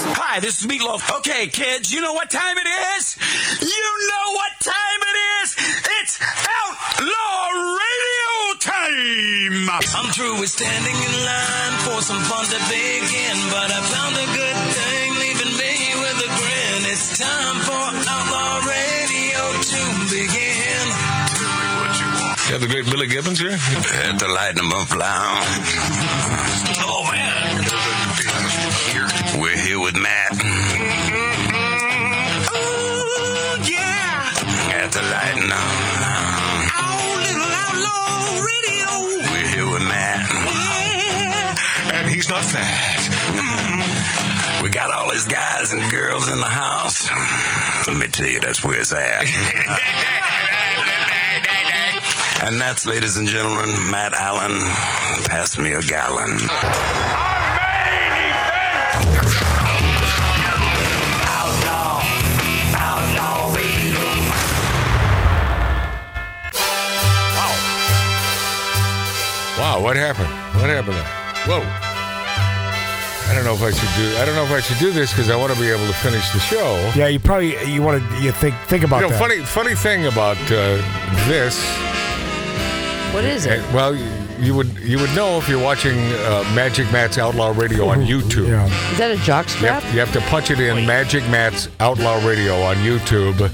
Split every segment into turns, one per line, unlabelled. Hi, this is Meatloaf. Okay, kids, you know what time it is? You know what time it is? It's Outlaw Radio time!
I'm through with standing in line for some fun to begin, but I found a good thing leaving me with a grin. It's time for Outlaw Radio to begin.
You have the great Billy Gibbons here?
At the Lightning Month Lounge. Oh man. We're here with Matt. Oh yeah. At the Lightning Lounge. We're here with Matt.
And he's not fat.
We got all these guys and girls in the house. Let me tell you, that's where it's at. and that's, ladies and gentlemen, Matt Allen. Pass me a gallon.
Wow, what happened? What happened there? Whoa. I don't know if I should do I don't know if I should do this because I want to be able to finish the show.
Yeah, you probably you want to you think think about
You know,
that.
funny funny thing about uh, this.
What is it?
and- well, you would you would know if you're watching uh, Magic Matt's Outlaw Radio on YouTube.
Yeah,
Is that a jock
You
strap?
have, you have to punch it in Magic Matt's Outlaw Radio on YouTube.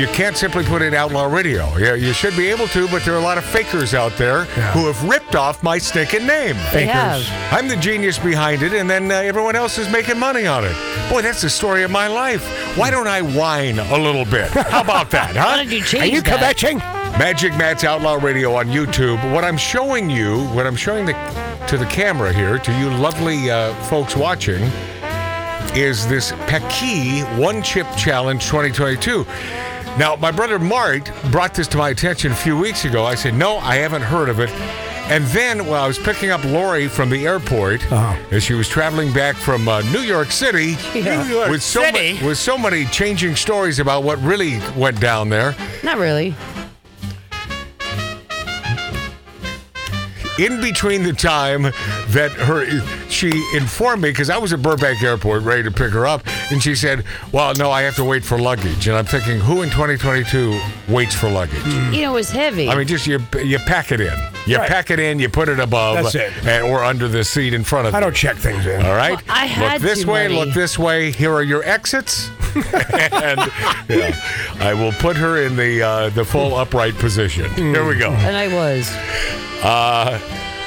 You can't simply put in Outlaw Radio. Yeah, you should be able to, but there are a lot of fakers out there who have ripped off my stinking name.
They
Fakers.
have.
I'm the genius behind it, and then uh, everyone else is making money on it. Boy, that's the story of my life. Why don't I whine a little bit? How about that, huh?
Why don't you change
are you
that?
kvetching?
Magic Matt's Outlaw Radio on YouTube. What I'm showing you, what I'm showing the, to the camera here, to you lovely uh, folks watching, is this Pecky One Chip Challenge 2022. Now, my brother Mart brought this to my attention a few weeks ago. I said, No, I haven't heard of it. And then, while I was picking up Lori from the airport,
Uh-huh.
as she was traveling back from uh, New York City, with so ma-
City?
with so many changing stories about what really went down there,
Not really.
in between the time that her she informed me because I was at Burbank Airport ready to pick her up, and she said, "Well, no, I have to wait for luggage." And I'm thinking, who in 2022 waits for luggage?
You know, it was heavy.
I mean, just you you pack it in, you
Hmm. Right.
pack it in, you put it above,
That's it.
and- or under the seat in front of.
I
you.
don't check things in.
All right.
Well, I
look
had
this
to,
way.
Marty.
Look this way. Here are your exits. and yeah, I will put her in the uh, the full upright position. Here we
Hmm.
go.
and I was.
Uh,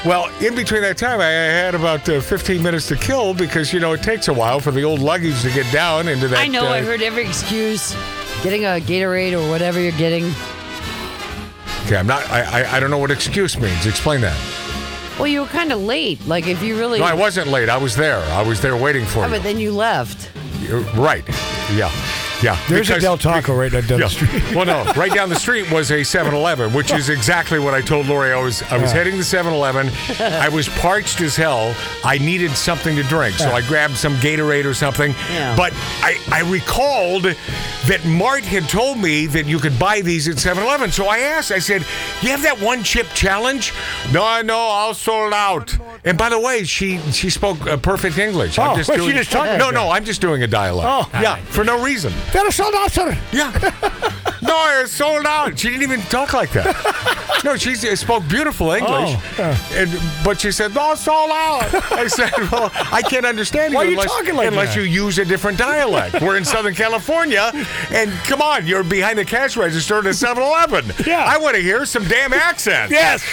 well, in between that time, I had about uh, 15 minutes to kill because, you know, it takes a while for the old luggage to get down into that.
I know. I
uh,
heard every excuse. Getting a Gatorade or whatever you're getting.
Okay, I'm not, I, I, I don't know what excuse means. Explain that.
Well, you were kind of late. Like if you really.
No, I wasn't late. I was there. I was there waiting for
Yeah, but then you left.
you. Right. Yeah. Yeah.
There's a
Because-
Del Taco right down the
Yeah.
street.
well, no, right down the street was a 7-Eleven, which is exactly what I told Lori. I was I was heading to 7-Eleven. I was parched as hell. I needed something to drink, so I grabbed some Gatorade or something.
Yeah.
But I, I recalled that Mart had told me that you could buy these at 7-Eleven. So I asked, I said, "You have that one chip challenge?" No, no, I'll sold out. And by the way, she she spoke uh, perfect English.
Oh, well, she Oh, just talked like
No,
that.
no, I'm just doing a dialogue.
Oh.
yeah, for no reason.
Better sold out, sir.
Yeah. no, it's sold out. She didn't even talk like that. No, she s- spoke beautiful English,
Oh, yeah.
and, but she said, "No, it's sold out." I said, "Well, I can't understand
Why
you
are you
unless,
talking like
unless
that?
you use a different dialect." We're in Southern California, and come on, you're behind the cash register at a 7-Eleven.
Yeah.
I want to hear some damn accent.
Yes.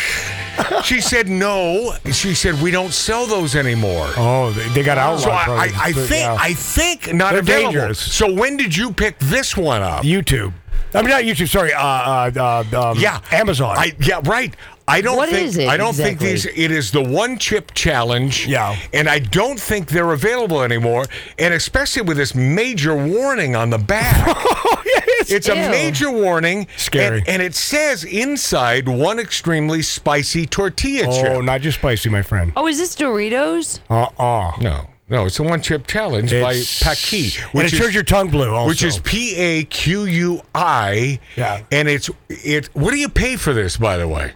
She said, "No." She said, "We don't sell those anymore."
Oh, they, they got outlawed.
So I, I,
probably.
I think
Yeah.
I think not
They're
available.
dangerous.
So when did you pick this one up?
YouTube. I mean, not YouTube. Sorry. Uh, uh, uh, um,
Yeah,
Amazon.
I yeah, right. I don't
What
think
is it
I don't
exactly?
think these. It is the one chip challenge.
Yeah.
and I don't think they're available anymore. And especially with this major warning on the back.
oh yes.
It's a
Ew.
major warning.
Scary.
And, and it says inside one extremely spicy tortilla
oh,
chip.
not just spicy, my friend.
Oh, is this Doritos?
Uh uh
No, no, it's a one chip challenge by Paqui,
and it turns your tongue blue. Also.
which is P A Q U I.
Yeah.
and it's it. What do you pay for this, by the way?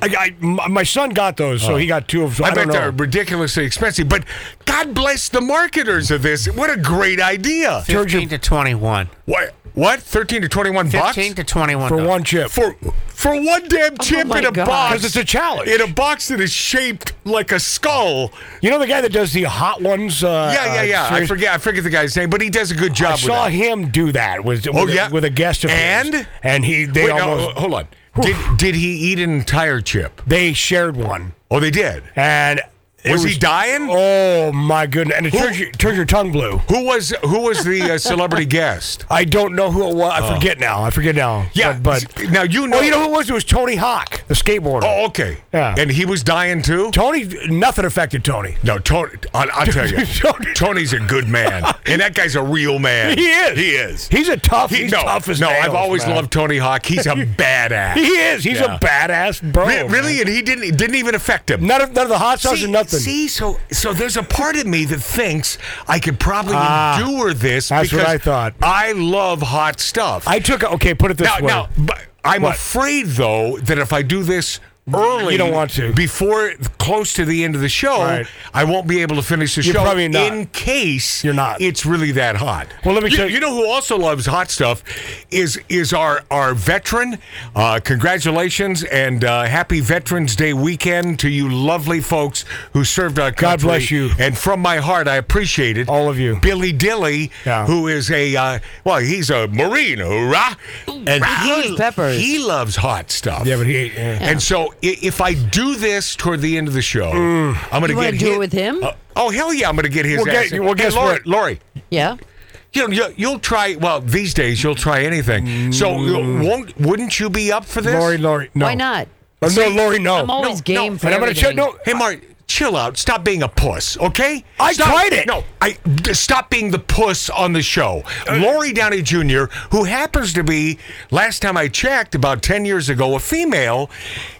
I, I- my my son got those,
Oh.
so he got two of. So I,
I, bet
don't know.
they're ridiculously expensive, but God bless the marketers of this. What a great idea!
15 to 21.
What? What? Thirteen to twenty-one
15 to 21.
for
dollars.
one chip.
for for one damn chip
my
in a
God.
box.
Oh 'Cause it's a challenge.
In a box that is shaped like a skull.
you know the guy that does the hot ones. Uh,
Yeah, yeah, yeah.
uh,
I
series?
forget. I forget the guy's name, but he does a good job.
I
with
saw
that. Oh,
him do that with with, a-
yeah.
with a guest of his.
And?
and he they
Wait, no, uh,
almost
ho- hold on. Did did he eat an entire chip?
they shared one
Oh, they did.
and. it
Was he dying?
Oh my goodness! And it turns your, turns your tongue blue.
Who was who was the uh, celebrity guest?
I don't know who it was. I forget now. I forget
Oh.
now.
Yeah,
but,
s- now you know-
Oh, you know who it was? It was Tony Hawk, the skateboarder.
Oh, okay.
Yeah.
And he was dying too.
Tony, nothing affected Tony.
No, Tony. uh, I, I'll tell you,
Tony-
Tony's a good man, and that guy's a real man.
He is.
He is.
He's a tough.
He-
he's
no,
tough as
no. I've
nails,
always
man.
loved Tony Hawk. He's a badass.
He is. He's
Yeah.
a badass bro.
Re- really,
man.
and he didn't. It didn't even affect him.
None of none of the hot sauce or nothing.
See, so so there's a part of me that thinks I could probably
Ah,
endure this.
that's what
because
I thought.
I love hot stuff.
I took. a- Okay, put it this
now,
way.
now, but I'm
What?
afraid though that if I do this early,
You don't want to.
before close to the end of the show,
Right.
I won't be able to finish the
You're
show.
probably not.
In case
You're not.
it's really that hot.
Well, let me
you,
tell you-
You know who also loves hot stuff is is our our veteran. Uh, congratulations and uh, happy Veterans Day weekend to you, lovely folks who served our country.
God bless you.
And from my heart, I appreciate it.
All of you.
Billy Dilly,
Yeah.
who is a uh, well, he's a Marine, hoorah, and he
loves peppers.
He loves hot stuff.
yeah, but he. ate- yeah.
And so, i- if I do this toward the end of the show, I'm going
You
to
want
get
to do
hit-
it with him?
Uh, oh hell yeah, I'm going to get his
Mm. Well,
ass.
gu- well,
Hey,
guess
Lori,
what?
Lori,
yeah.
you know you'll, you'll try. Well, these days you'll try anything. So you'll- won't wouldn't you be up for this?
Mm. Lori, Lori, no.
Why not?
Oh, no,
See,
Lori, no.
I'm always
no,
game
no,
for
and I'm gonna
everything.
check. No,
Hey, Mark, chill out. Stop being a puss, okay?
I
Stop-
tried it.
No, I d- stop being the puss on the show.
Uh,
Lori Downey Jr., who happens to be, last time I checked, about ten years ago, a female.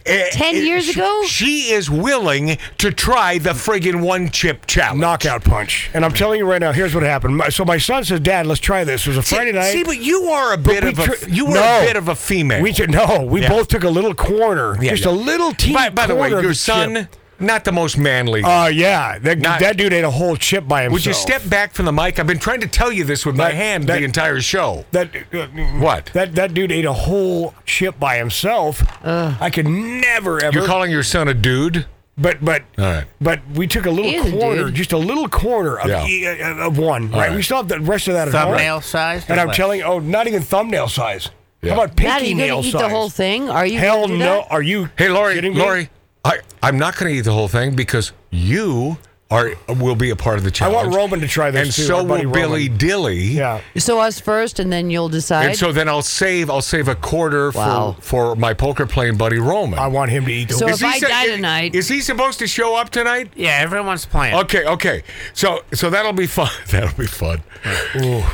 eh,
10
eh,
years
sh-
ago?
she is willing to try the friggin' one chip challenge.
knockout punch. And I'm telling you right now, here's what happened. My, so my son says, "Dad, let's try this." It was a
See-
Friday night.
See, but you are a bit
we
of a
tr-
f- you are
No.
a bit of a female.
We ju- no, we
Yeah.
both took a little corner,
Yeah,
just
yeah.
a little teeny
by, by the way,
corner of
your
the
son,
chip.
not the most manly.
Uh, yeah, that,
Not-
that dude ate a whole chip by himself.
Would you step back from the mic? I've been trying to tell you this with my
That-
hand
that-
the entire show.
That
What?
that that dude ate a whole chip by himself. I could never ever.
You're calling your son a dude?
but but
All right.
but we took a little
He is a
quarter,
dude.
just a little quarter of,
Yeah.
e- uh, of one. Right?
right.
We still have the rest of that at home.
Thumbnail size?
And I'm
What?
telling you, oh, not even thumbnail size.
Yeah.
How about pinky
Matt, are you
nail
going to eat
size?
the whole thing? Are you?
Hell
gonna do
no!
that?
Are you?
Hey, Lori,
kidding me?
Lori, I, I'm not going to eat the whole thing because you are will be a part of the
I
challenge.
want Roman to try this
and
too,
so
our buddy
will Billy
Roman.
Dilly.
Yeah.
So us first, and then you'll decide.
And so then I'll save I'll save a quarter
Wow.
for, for my poker playing buddy Roman.
I want him to eat. the
So
whole-
if I
su-
die tonight-
Is he supposed to show up tonight?
Yeah, everyone's playing.
Okay, okay. So so that'll be fun. That'll be fun.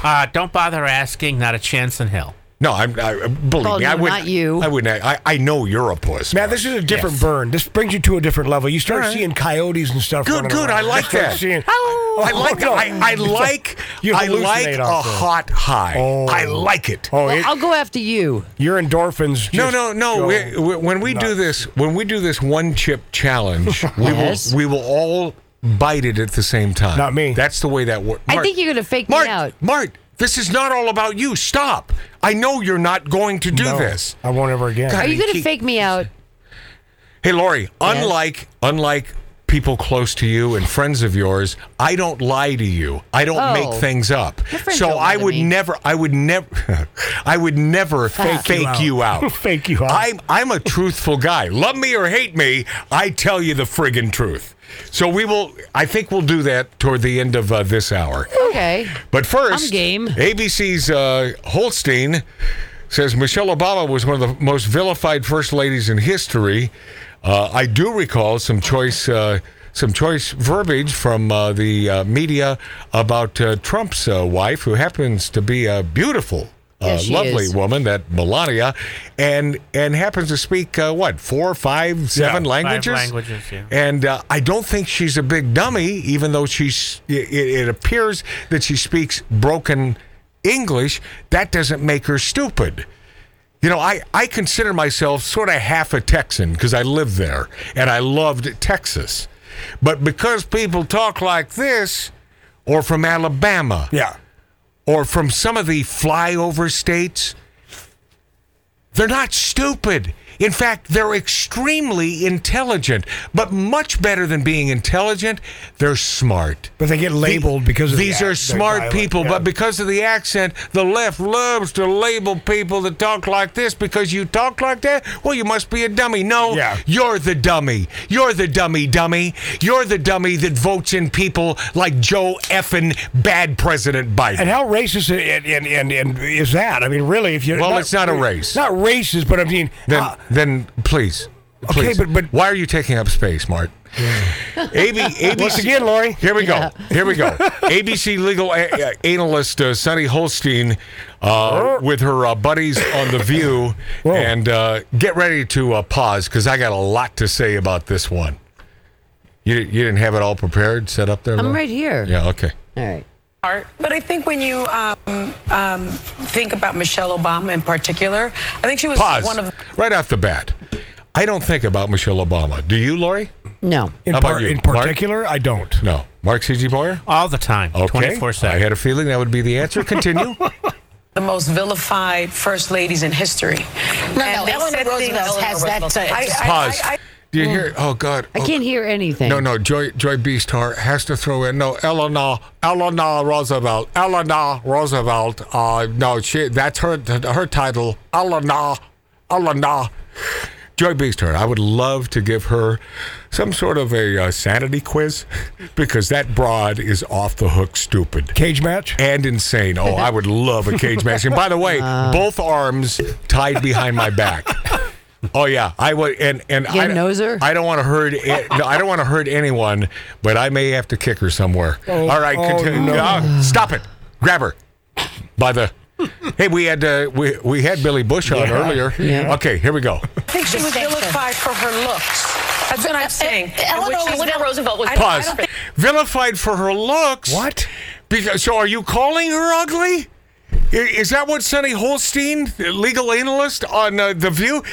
Uh, don't bother asking. Not a chance in hell.
No, I'm I, believe
Oh,
me.
no,
I wouldn't.
not you.
I wouldn't. I, I know you're a puss.
Matt, this is a different
Yes.
burn. This brings you to a different level. You start
All right.
seeing coyotes and stuff.
Good,
running
good. I
around. You
like
start
that.
Seeing, Oh,
I like
no.
I, I
It's
like
you
I like
hallucinate
a
off this.
hot high.
Oh.
I like it.
Oh,
well,
it-
I'll go after you.
your endorphins.
No,
just
no, no.
go
We, we, when we do
nuts.
this, when we do this one chip challenge, we
Yes.
will we will all bite it at the same time.
Not me.
That's the way that works.
I think you're gonna fake me
Mart,
out.
Mart, this is not all about you. Stop. I know you're not going to do
No,
this.
I won't ever again.
God.
Are
I
you
mean,
going to
he-
fake me out?
Hey, Lori. Unlike unlike people close to you and friends of yours, I don't lie to you. I don't
Oh.
make things up.
Your friends
So
don't lie
I
to
would
me.
never. I would never. I would never fake, you out.
Fake you out.
I'm I'm a truthful guy. Love me or hate me, I tell you the friggin' truth. So we will. I think we'll do that toward the end of uh, this hour.
Okay.
But 1st
I'm game.
ABC's uh, Holstein says Michelle Obama was one of the most vilified first ladies in history. Uh, I do recall some choice. Uh, some choice verbiage from uh, the uh, media about uh, Trump's uh, wife, who happens to be a beautiful, uh,
Yeah, she
lovely
is.
woman, that Melania, and and happens to speak uh, what four, five, seven
Yeah, five
languages.
languages, yeah.
And uh, I don't think she's a big dummy, even though she's. It, it appears that she speaks broken English. That doesn't make her stupid. You know, I, I consider myself sort of half a Texan because I lived there and I loved Texas. But because people talk like this, or from Alabama,
Yeah.
or from some of the flyover states, they're not stupid. In fact, they're extremely intelligent, but much better than being intelligent, they're smart.
But they get labeled because of the
These
ac-
are
their
smart
dialect,
people,
yeah.
but because of the accent, the left loves to label people that talk like this because you talk like that. Well, you must be a dummy. No,
Yeah.
you're the dummy. You're the dummy, dummy. You're the dummy that votes in people like Joe effing bad President Biden.
And how racist i- and, and, and, and is that? I mean, really, if you
Well, it's not a race.
Not racist, but I mean,
Then,
uh,
then please.
Okay,
please.
but- but-
why are you taking up space, Mart? AB, ABC,
once again, Lori.
Here we go. Here we go. ABC legal a- uh, analyst uh, Sunny Holstein
Oh.
uh, with her uh, buddies on The View. And uh, get ready to uh, pause because I got a lot to say about this one. You, you didn't have it all prepared, set up there?
I'm
Lou?
right here.
Yeah, okay.
All right.
But I think when you um, um, think about Michelle Obama in particular, I think she was
Pause.
one of
Right off the bat. I don't think about Michelle Obama. Do you, Lori?
No.
In,
How about
par-
you,
in
Mark?
particular, I don't.
No. Mark C.G. Boyer?
Uh,
All the time,
Okay.
24
I
7.
had a feeling that would be the answer. Continue.
the most vilified first ladies in history.
No,
And
no,
they
Eleanor
said things-
Roosevelt has that, uh,
I- I-
Pause.
I- I-
Do you hear? Oh God!
I
Oh,
can't hear anything.
No, no. Joy Joy Beastar has to throw in. No, Eleanor Eleanor Roosevelt. Eleanor Roosevelt. Uh, no, she. That's her her title. Eleanor Eleanor. Joy Beastar. I would love to give her some sort of a uh, sanity quiz because that broad is off the hook stupid
Cage match?
and insane. Oh, I would love a cage match. And by the way,
Uh.
both arms tied behind my back. Oh yeah, I would, and and
You
I,
nose her?
I don't want to hurt. It, no, I don't want to hurt anyone, but I may have to kick her somewhere. All right,
oh,
continue.
no.
Ah, stop it. Grab her by the. Hey, we had uh, we we had Billy Bush on earlier.
Yeah.
Okay, here we go.
I think she was
Just say so.
vilified for her looks. That's what I'm saying.
Eleanor
And which is
Woodrow
not-
Roosevelt was-
I don't- I
Pause.
don't think-
Vilified for her looks.
What?
Because so are you calling her ugly? I- Is that what Sunny Holstein, the legal analyst on uh, the View,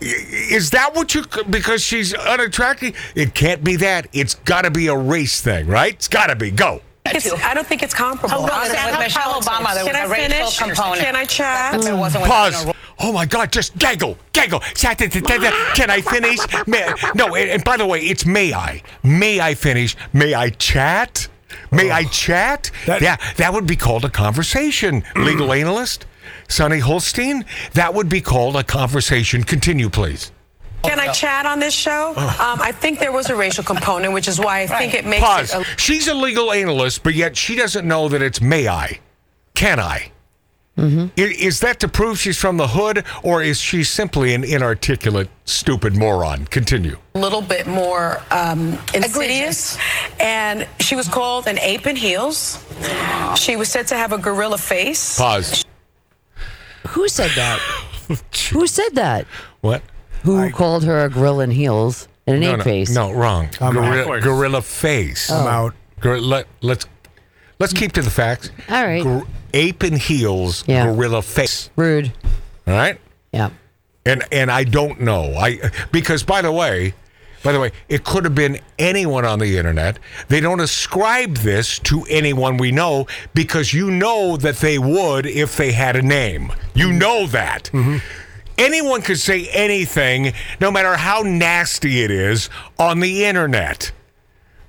i- is that what you? c- Because she's unattractive. It can't be that. It's got to be a race thing, right? It's got to be. Go.
It's, I don't think it's comparable.
Oh, well,
Honestly,
that
with
how
Michelle
Obama, there
Can
was
I
a racial
finish?
component.
Can I chat?
It wasn't
Pause. Oh my God! Just gaggle, gaggle. Can I finish? May, no. And, and by the way, it's may I? May I finish? May I chat? May I chat?
That-
yeah, that would be called a conversation. Legal analyst, Sonny Holstein. That would be called a conversation. Continue, please.
Can I chat on this show? Um, I think there was a racial component, which is why I think it makes
Pause.
it
oh.
a
She's a legal analyst, but yet she doesn't know that it's may I, can I.
Mm-hmm.
I- Is that to prove she's from the hood, or is she simply an inarticulate, stupid moron? Continue.
little bit more um, insidious. And she was called an ape in heels. She was said to have a gorilla face.
Pause.
Who said that? Who said that?
What?
Who called her a grill in heels and an
No,
ape
no,
face?
no, wrong. Gorilla,
backwards.
gorilla face.
I'm out.
Gor- let, us let's keep to the facts.
All right.
Gor- ape in heels,
Yeah.
gorilla face.
Rude.
All right.
Yeah.
And and I don't know. I because by the way, by the way, it could have been anyone on the internet. They don't ascribe this to anyone we know because you know that they would if they had a name. You know that. Anyone could say anything, no matter how nasty it is, on the internet.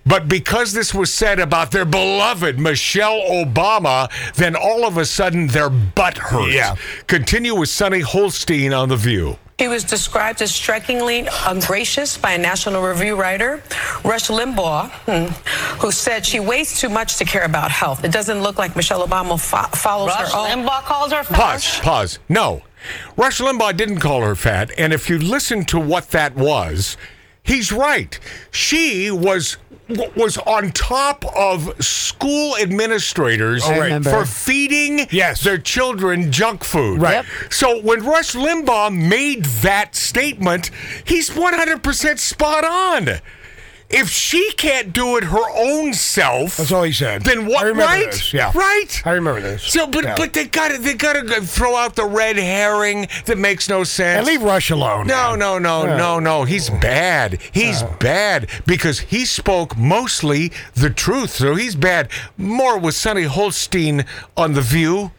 But because this was said about their beloved Michelle Obama, then all of a sudden their butt hurts.
Yeah.
Continue with Sonny Holstein on The View.
She was described as strikingly ungracious by a National Review writer, Rush Limbaugh, hmm, who said she weighs too much to care about health. It doesn't look like Michelle Obama fo- follows
Rush
her own.
Limbaugh calls her
Pause,
Fauci.
pause. No. Rush Limbaugh didn't call her fat. And if you listen to what that was, he's right. She was was on top of school administrators
Oh,
I remember.
for feeding
Yes.
their children junk food.
Right.
Yep.
So when Rush Limbaugh made that statement, he's 100% spot on. If she can't do it her own self,
That's all he said.
Then what?
I remember
right?
this, yeah.
Right.
I remember this.
So, but
Yeah.
but they got to they got to throw out the red herring that makes no sense.
And leave Rush alone.
No,
man.
no, no,
Yeah.
no, no. He's bad. He's bad because he spoke mostly the truth. So he's bad. More with Sonny Holstein on The View.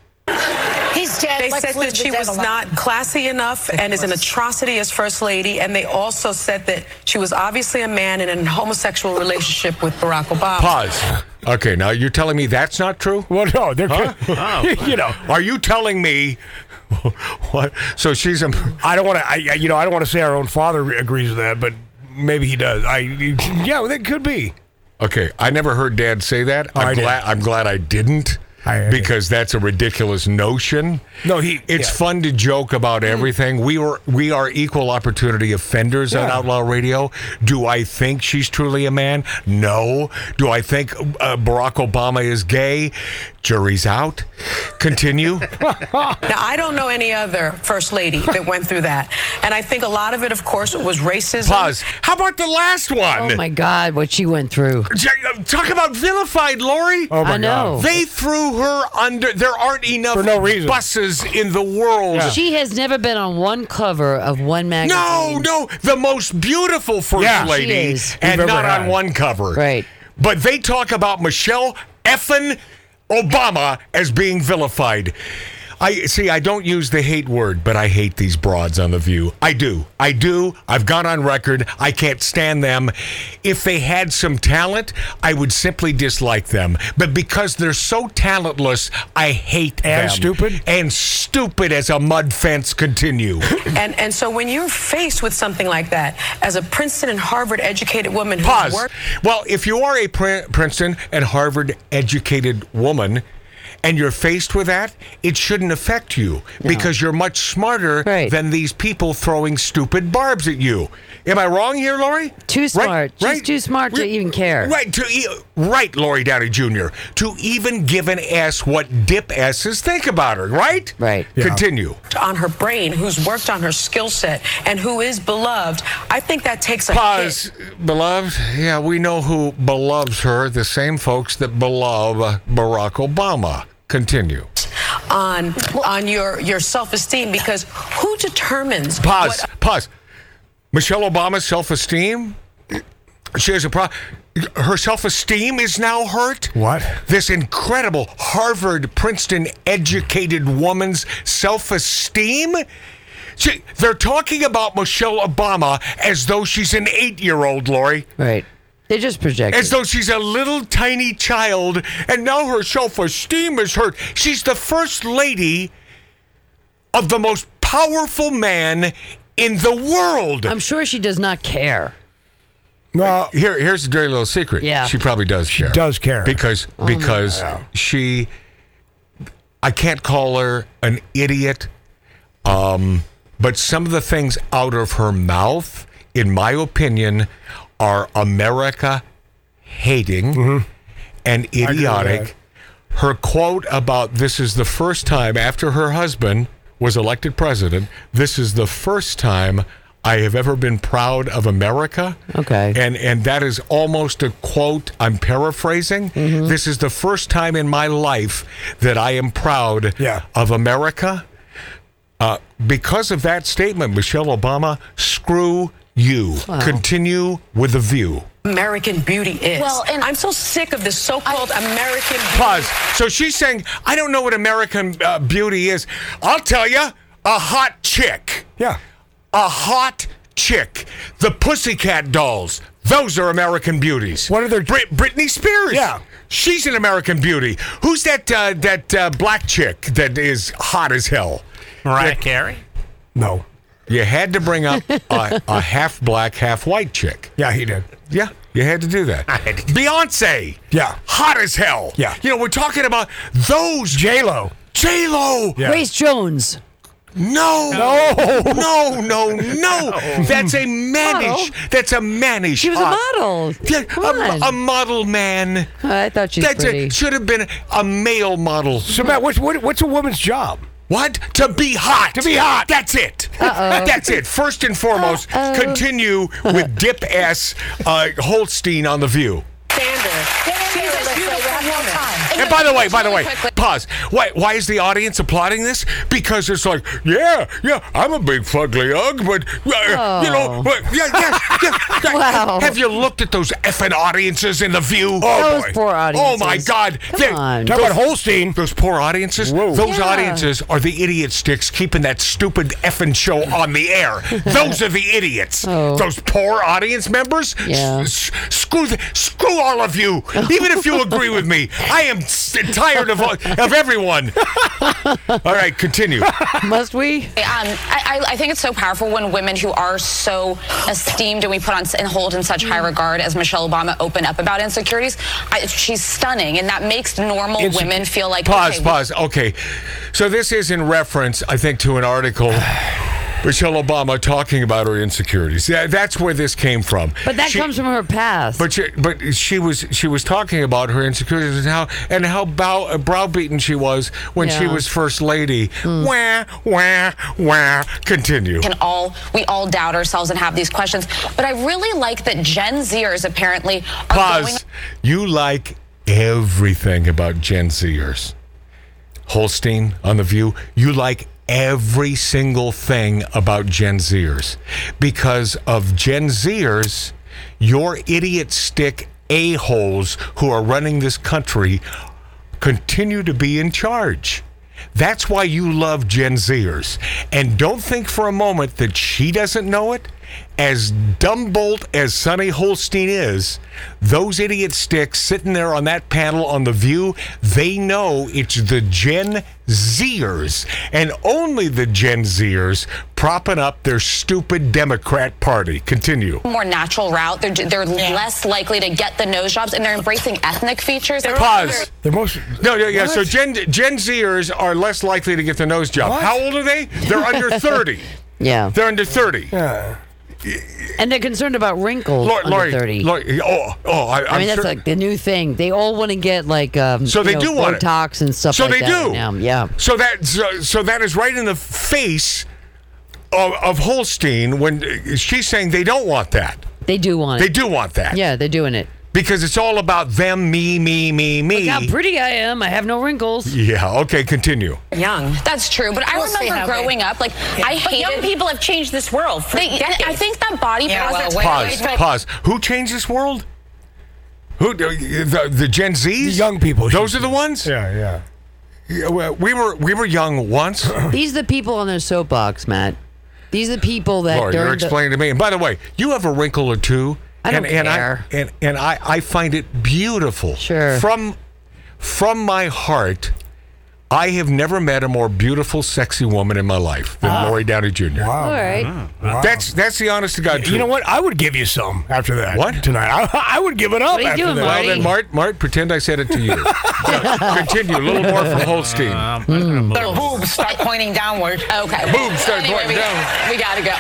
He's dead.
They
Let's
said
leave
that
the
she
dead
was
alone.
not classy enough and is an atrocity as first lady. And they also said that she was obviously a man in a homosexual relationship with Barack Obama.
Pause. Okay, now you're telling me that's not true?
Well, no, they're
Oh.
you know.
Are you telling me what? So she's a.
I don't want to. I I- you know I don't want to say our own father agrees with that, but maybe he does. I yeah, well, it could be.
Okay, I never heard Dad say that.
Oh, I
I'm
did.
glad. I'm glad I didn't.
I- I-
because that's a ridiculous notion.
No, he-
It's
yeah.
fun to joke
Mm.
about everything. We were we are equal opportunity offenders on
Yeah.
Outlaw Radio. Do I think she's truly a man? No. Do I think uh, Barack Obama is gay? Jury's out. Continue.
Now, I don't know any other first lady that went through that. And I think a lot of it, of course, was racism.
Pause. How about the last one?
Oh my God, what she went through.
J- uh, Talk about vilified, Lori.
Oh my
I know.
god.
They threw her under. There aren't enough
For no reason.
buses in the world.
She has never been on one cover of one magazine.
No, no, the most beautiful first
Yeah.
lady,
She is.
and
We've ever
not on
had.
one cover.
Right.
But they talk about Michelle effin Obama as being vilified. I see. I don't use the hate word, but I hate these broads on the View. I do. I do. I've gone on record. I can't stand them. If they had some talent, I would simply dislike them. But because they're so talentless, I hate
And
them.
stupid?
and stupid as a mud fence. Continue.
And, and so when you're faced with something like that, as a Princeton and Harvard educated woman who's
Pause.
worked.
Well, if you are a Prin- Princeton and Harvard educated woman and you're faced with that, it shouldn't affect you because you're much smarter
Right.
than these people throwing stupid barbs at you. Am I wrong here, Lori?
Too
Right-
smart. She's
right-
too smart to
Re-
even care.
Right, to e- right, Lori Downey Jr. To even give an ass what dip asses think about her, right?
Right. Yeah.
Continue.
On her brain, who's worked on her skill set, and who is beloved, I think that takes a
Pause, beloved. Yeah, we know who beloves her, the same folks that belove Barack Obama. Continue.
hit on on your your self esteem because who determines
Pause, pause. Michelle Obama's self esteem? She has a problem. Her self esteem is now hurt?
What?
This incredible Harvard, Princeton educated woman's self esteem? She, they're talking about Michelle Obama as though she's an eight year old, Lori.
Right. They just projected.
as though she's a little tiny child and now her self-esteem is hurt she's the first lady of the most powerful man in the world
I'm sure she does not care.
No,
here here's a dirty little secret
Yeah. Oh
she probably does care
does care.
because because she i can't call her an idiot um but some of the things out of her mouth in my opinion are america hating and
Mm-hmm. with
idiotic. Her quote about this is the first time after her husband was elected president, this is the first time I have ever been proud of America.
Okay.
And and that is almost a quote I'm paraphrasing.
Mm-hmm.
This is the first time in my life that I am proud
Yeah.
of America. Uh, because of that statement, Michelle Obama, screw you. Continue with the view.
American beauty is.
Well, and-
I'm so sick of this so-called American beauty.
Pause. So she's saying, I don't know what American uh, beauty is. I'll tell you, a hot chick.
yeah.
A hot chick. The Pussycat Dolls. Those are American beauties.
What are their-
Brit- Britney Spears.
Yeah.
She's an American beauty. Who's that uh, that uh, black chick that is hot as hell?
Mariah Carey?
No.
You had to bring up a, a half black, half white chick.
Yeah, he did.
Yeah, you had to do that.
had to-
Beyonce.
Yeah.
Hot as hell.
Yeah.
You know, we're talking about those.
J Lo.
J Lo.
Yeah.
Grace Jones.
No, no, no, no, no. That's a mannish. That's a mannish.
She was
hot-
a model.
Uh, Yeah,
Come
a,
on. Oh,
a model man.
I thought she was
That's
pretty.
a, should have been a male model.
So Matt, what's what, what's a woman's job?
What? To be hot. To
be hot.
That's it. That's it. First and foremost, continue with Dip S. Uh, Holstein on The View.
She's a beautiful woman.
And by the way, by the way, pause. Why, why is the audience applauding this? Because it's like, yeah, yeah, I'm a big fugly ug, but, uh, you know, but, yeah, yeah, yeah, yeah.
Oh. Wow.
Have you looked at those effing audiences in the view? Oh,
Those poor
Oh, my
audiences.
God.
Come on.
Talk about Holstein. Those poor audiences.
Whoa.
Those
Yeah.
audiences are the idiot sticks keeping that stupid effing show on the air. Those are the idiots.
Oh.
Those poor audience members.
Yeah.
S- s- screw, th- screw all of you. Even if you agree with me, I am s- tired of all- of everyone. all right, continue.
Must we?
Um, I, I I think it's so powerful when women who are so esteemed and we put on s- and hold in such high regard as Michelle Obama open up about insecurities. I, she's stunning, and that makes normal
Inse-
women feel like
Pause,
okay,
pause. Okay, so this is in reference, I think, to an article. Michelle Obama talking about her insecurities. Yeah, that's where this came from.
But that
She-
comes from her past.
But she, but she was she was talking about her insecurities and how and how bow, browbeaten she was when she
Yeah. Hmm.
was first lady. Wah wah wah. Continue.
can all we all doubt ourselves and have these questions. But I really like that Gen Zers apparently are going
Pause. You like everything about Gen Zers. Holstein on The View, you like every single thing about Gen Zers. Because of Gen Zers, your idiot stick a-holes who are running this country continue to be in charge. That's why you love Gen Zers. And don't think for a moment that she doesn't know it. As dumbbolt as Sonny Holstein is, those idiot sticks sitting there on that panel on The View, they know it's the Gen Zers and only the Gen Zers propping up their stupid Democrat Party. Continue.
more natural route. They're they're less likely to get the nose jobs, and they're embracing ethnic features.
Pause.
They're most.
No, yeah, yeah. So
What?
Gen Gen Zers are less likely to get the nose job.
What?
How old are they? They're under thirty.
yeah.
They're under thirty.
And they're concerned about wrinkles
Lori,
under
Lori,
30.
Lori- oh, oh, I,
I mean, that's like the new thing. They all want to get like um,
So
you
they
know,
do want it.
Botox and stuff
so
like
they
that
do.
right now. Yeah.
So that so, so that is right in the face of, of Holstein when uh, she's saying they don't want that.
They do want
They
it.
do want that.
Yeah, they're doing it.
Because it's all about them, me, me, me, me.
Look how pretty I am. I have no wrinkles.
yeah. Okay. Continue.
Young.
That's true, but I
We'll see
remember
how they-
growing up, like I
But
hated
young people have changed this world for
They,
decades.
I think that body
Yeah, well,
positivity.
wait,
Pause. Pause. Who changed this world? Who the, the Gen Zs?
The young people.
Those are the ones.
Yeah, yeah.
Yeah, well, we were we were young once.
These are the people on their soapbox, Matt. These are the people that
Laura,
during
you're
the-
explaining to me. And by the way, you have a wrinkle or two.
I don't
and,
care.
And I, and, and I, I find it beautiful.
Sure.
From from my heart, I have never met a more beautiful, sexy woman in my life than Lori Downey Jr.
all right.
That's that's the honest to God truth.
You know what? I would give you some after that.
What?
tonight? I, I would give it up.
What are you
after
doing,
that.
Well,
Marty?
then, Mart, Mart, pretend I said it to you. Continue. A little more from Holstein.
Ah.
Um, I'm gonna move.
boobs start pointing downward.
Okay.
Boom, start going
we,
down.
we gotta go.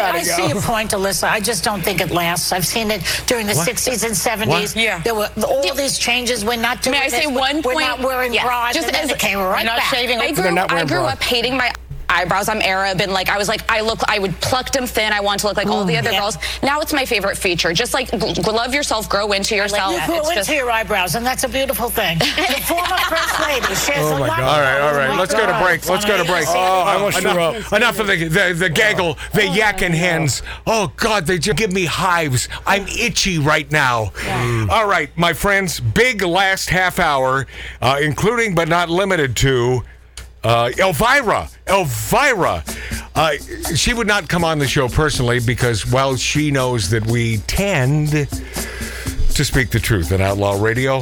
I see your point, Alyssa. I just don't think it lasts. I've seen it during the 60s and 70s.
What?
Yeah. There were all these changes. We're not doing
May I
this.
say one
We're
point?
not wearing
Yeah.
bras.
Just
and then
as-
it came right
not
back.
shaving. I
They're
grew,
not
I
wearing
grew
bras.
up hating my eyebrows. I'm Arab, and like I was like, I look, I would pluck them thin. I want to look like all the other
Yeah.
girls. Now it's my favorite feature. Just like g- g- love yourself, grow into yourself.
You grew
It's
into
just-
your eyebrows, and that's a beautiful thing. The former first lady shares a
my
lot
God.
of
Oh
Oh
All right, all
those
right.
with
Let's go to
girls
break. Let's
on
go to
an
break. Oh,
agency.
I want to
enough, enough of the, the the gaggle, the yakking hands. Oh God, they just give me hives. I'm itchy right now. All right, my friends, big last half hour, uh, including but not limited to. Uh, Elvira, Elvira, uh, she would not come on the show personally because, well, she knows that we tend to speak the truth in Outlaw Radio.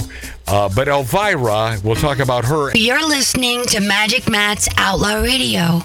Uh, but Elvira, we'll talk about her
You're listening to Magic Matt's Outlaw Radio.